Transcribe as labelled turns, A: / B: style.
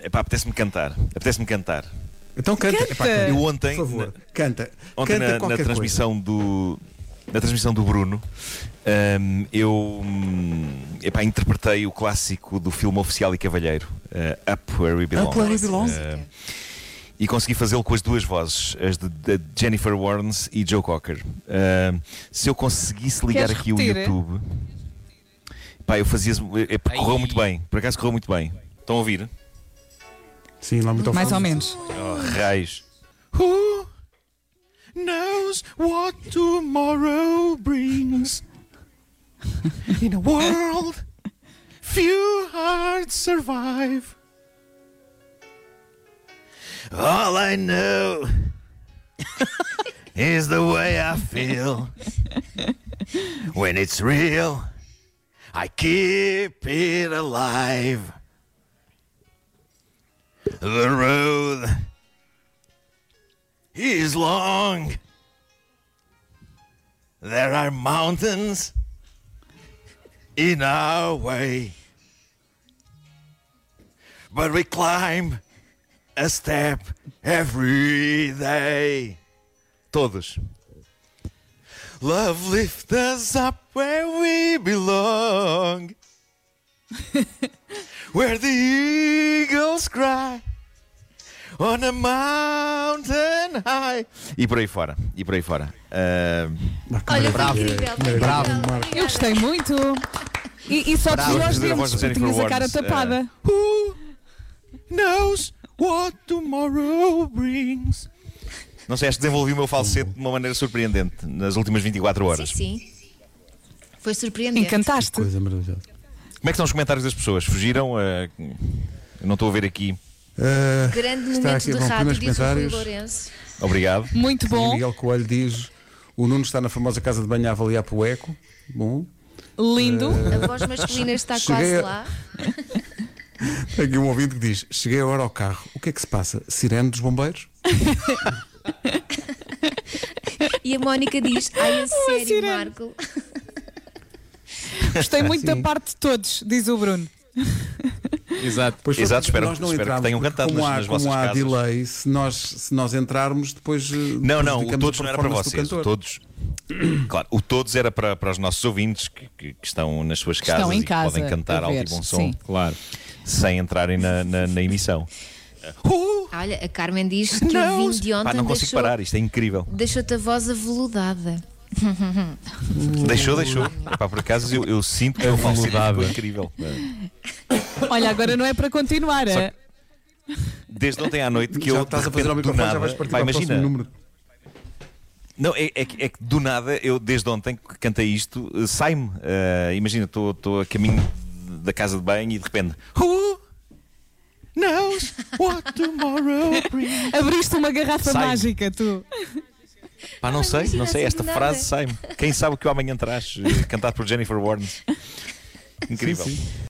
A: Epá, apetece-me cantar. Apetece-me cantar.
B: Então canta.
C: Canta.
B: Epá, canta.
A: Eu ontem,
B: Por favor, canta.
A: ontem
B: canta
A: na- na,
B: qualquer
A: transmissão do na transmissão do Bruno hum, eu hum, epá, interpretei o clássico do filme Oficial e Cavalheiro eh, Up Where We Belong,
B: Up Where We Belong.
A: Eh, e consegui fazê-lo com as duas vozes as de, de Jennifer Warnes e Joe Cocker Eh, se eu conseguisse ligar
C: Queres
A: aqui o
B: é?
C: repetir?
A: YouTube pá, eu fazia eh, eh, correu muito bem por acaso correu muito bem estão a ouvir?
B: coisa. Sim, lá muito ao
C: Mais
B: fundo.
C: ou menos.
A: Oh, raios. Who knows what tomorrow brings? In a world few hearts survive. All I know is the way I feel. When it's real, I keep it alive. The road is long. There are mountains in our way. But we climb a step every day. Todos. Love lifts us up where we belong. where the eagles cry on a mountain high. E por aí fora, e por aí fora. Ah,
D: Olha,
E: Bravo.
D: foi incrível. foi
E: Bravo.
D: incrível.
B: Bravo.
D: Obrigada.
C: Eu gostei muito. E, e só te
E: Bravo.
C: viu aos
A: Fazer a voz
C: dentes,
A: da Jennifer É.
C: tu tinhas a cara
A: Warnes,
C: tapada.
A: Who knows what tomorrow brings? Não sei, acho que desenvolvi o meu falsete de uma maneira surpreendente nas últimas 24 horas.
D: Sim, sim. Foi surpreendente.
C: Encantaste.
B: Coisa maravilhosa.
A: Como é que são os comentários das pessoas? Fugiram? Ah, eu não estou a ver aqui.
B: Ah,
D: Grande
B: Está
D: momento
B: aqui,
D: de
B: bom,
D: rádio,
B: primeiros
D: diz o Rui
B: comentários.
D: Lourenço.
A: Obrigado.
C: Muito
B: e
C: bom.
B: Miguel Coelho diz: o Nuno está na famosa casa de banho a avaliar para o eco. Bom.
C: Lindo.
A: É.
D: A voz masculina está quase
B: Cheguei a-
D: lá.
B: Tem aqui um ouvinte que diz: cheguei agora ao carro. O que é que se passa? Sirene dos bombeiros?
D: E a Mónica diz: Ai, a sério,
C: sirene.
D: Marco.
C: Gostei muito da
B: Sim.
C: parte de todos, diz o Bruno.
E: Exato.
B: Pois foi
A: Exato,
B: porque
A: espero-
B: nós não
A: espero que
B: entramos,
A: tenham
B: porque
A: cantado
B: como
A: nas-
B: há,
A: nas
B: como
A: vossas
B: há
A: casas.
B: delay, se nós, se nós entrarmos, depois. eh,
A: Não, não, o
B: prejudicamos
A: todos
B: a
A: não era para
B: performance do
A: vocês. O
B: cantor.
A: todos, claro, o todos era para, para os nossos ouvintes que, que- que estão nas suas
C: Que
A: casas
C: estão em
A: e que
C: casa
A: podem cantar
C: a
A: alto e
C: ver,
A: bom som
C: sim.
E: Claro.
A: sem entrarem na, na, na emissão.
B: Uh,
D: Olha, a Carmen diz que o vinho de ontem
A: Pá, não consigo
D: deixou,
A: parar, isto é incrível.
D: deixou-te a voz aveludada.
A: Deixou, deixou. Epá, por acaso eu, eu sinto
B: um
A: que é uma ficou incrível.
C: Olha, agora não é para continuar.
A: Só
C: é?
A: Desde ontem à noite que
B: Já
A: eu.
B: estás
A: de
B: a
A: repente,
B: fazer ao
A: do
B: microfone, já
A: nada-
B: vais partir
A: pá,
B: para o próximo
A: imagina,
B: número.
A: Não, é, é que- é que do nada, eu desde ontem que cantei isto, eh, sai-me. Eh, imagina, estou a caminho da casa de banho e de repente. Who knows what tomorrow brings?
C: Abriste uma garrafa
A: Sai.
C: mágica, tu.
A: Pá, não sei,
D: imagina
A: não sei,
D: assim
A: esta
D: do nada.
A: frase sai-me. Quem sabe o que o amanhã traz, eh, cantado por Jennifer Warnes. Incrível.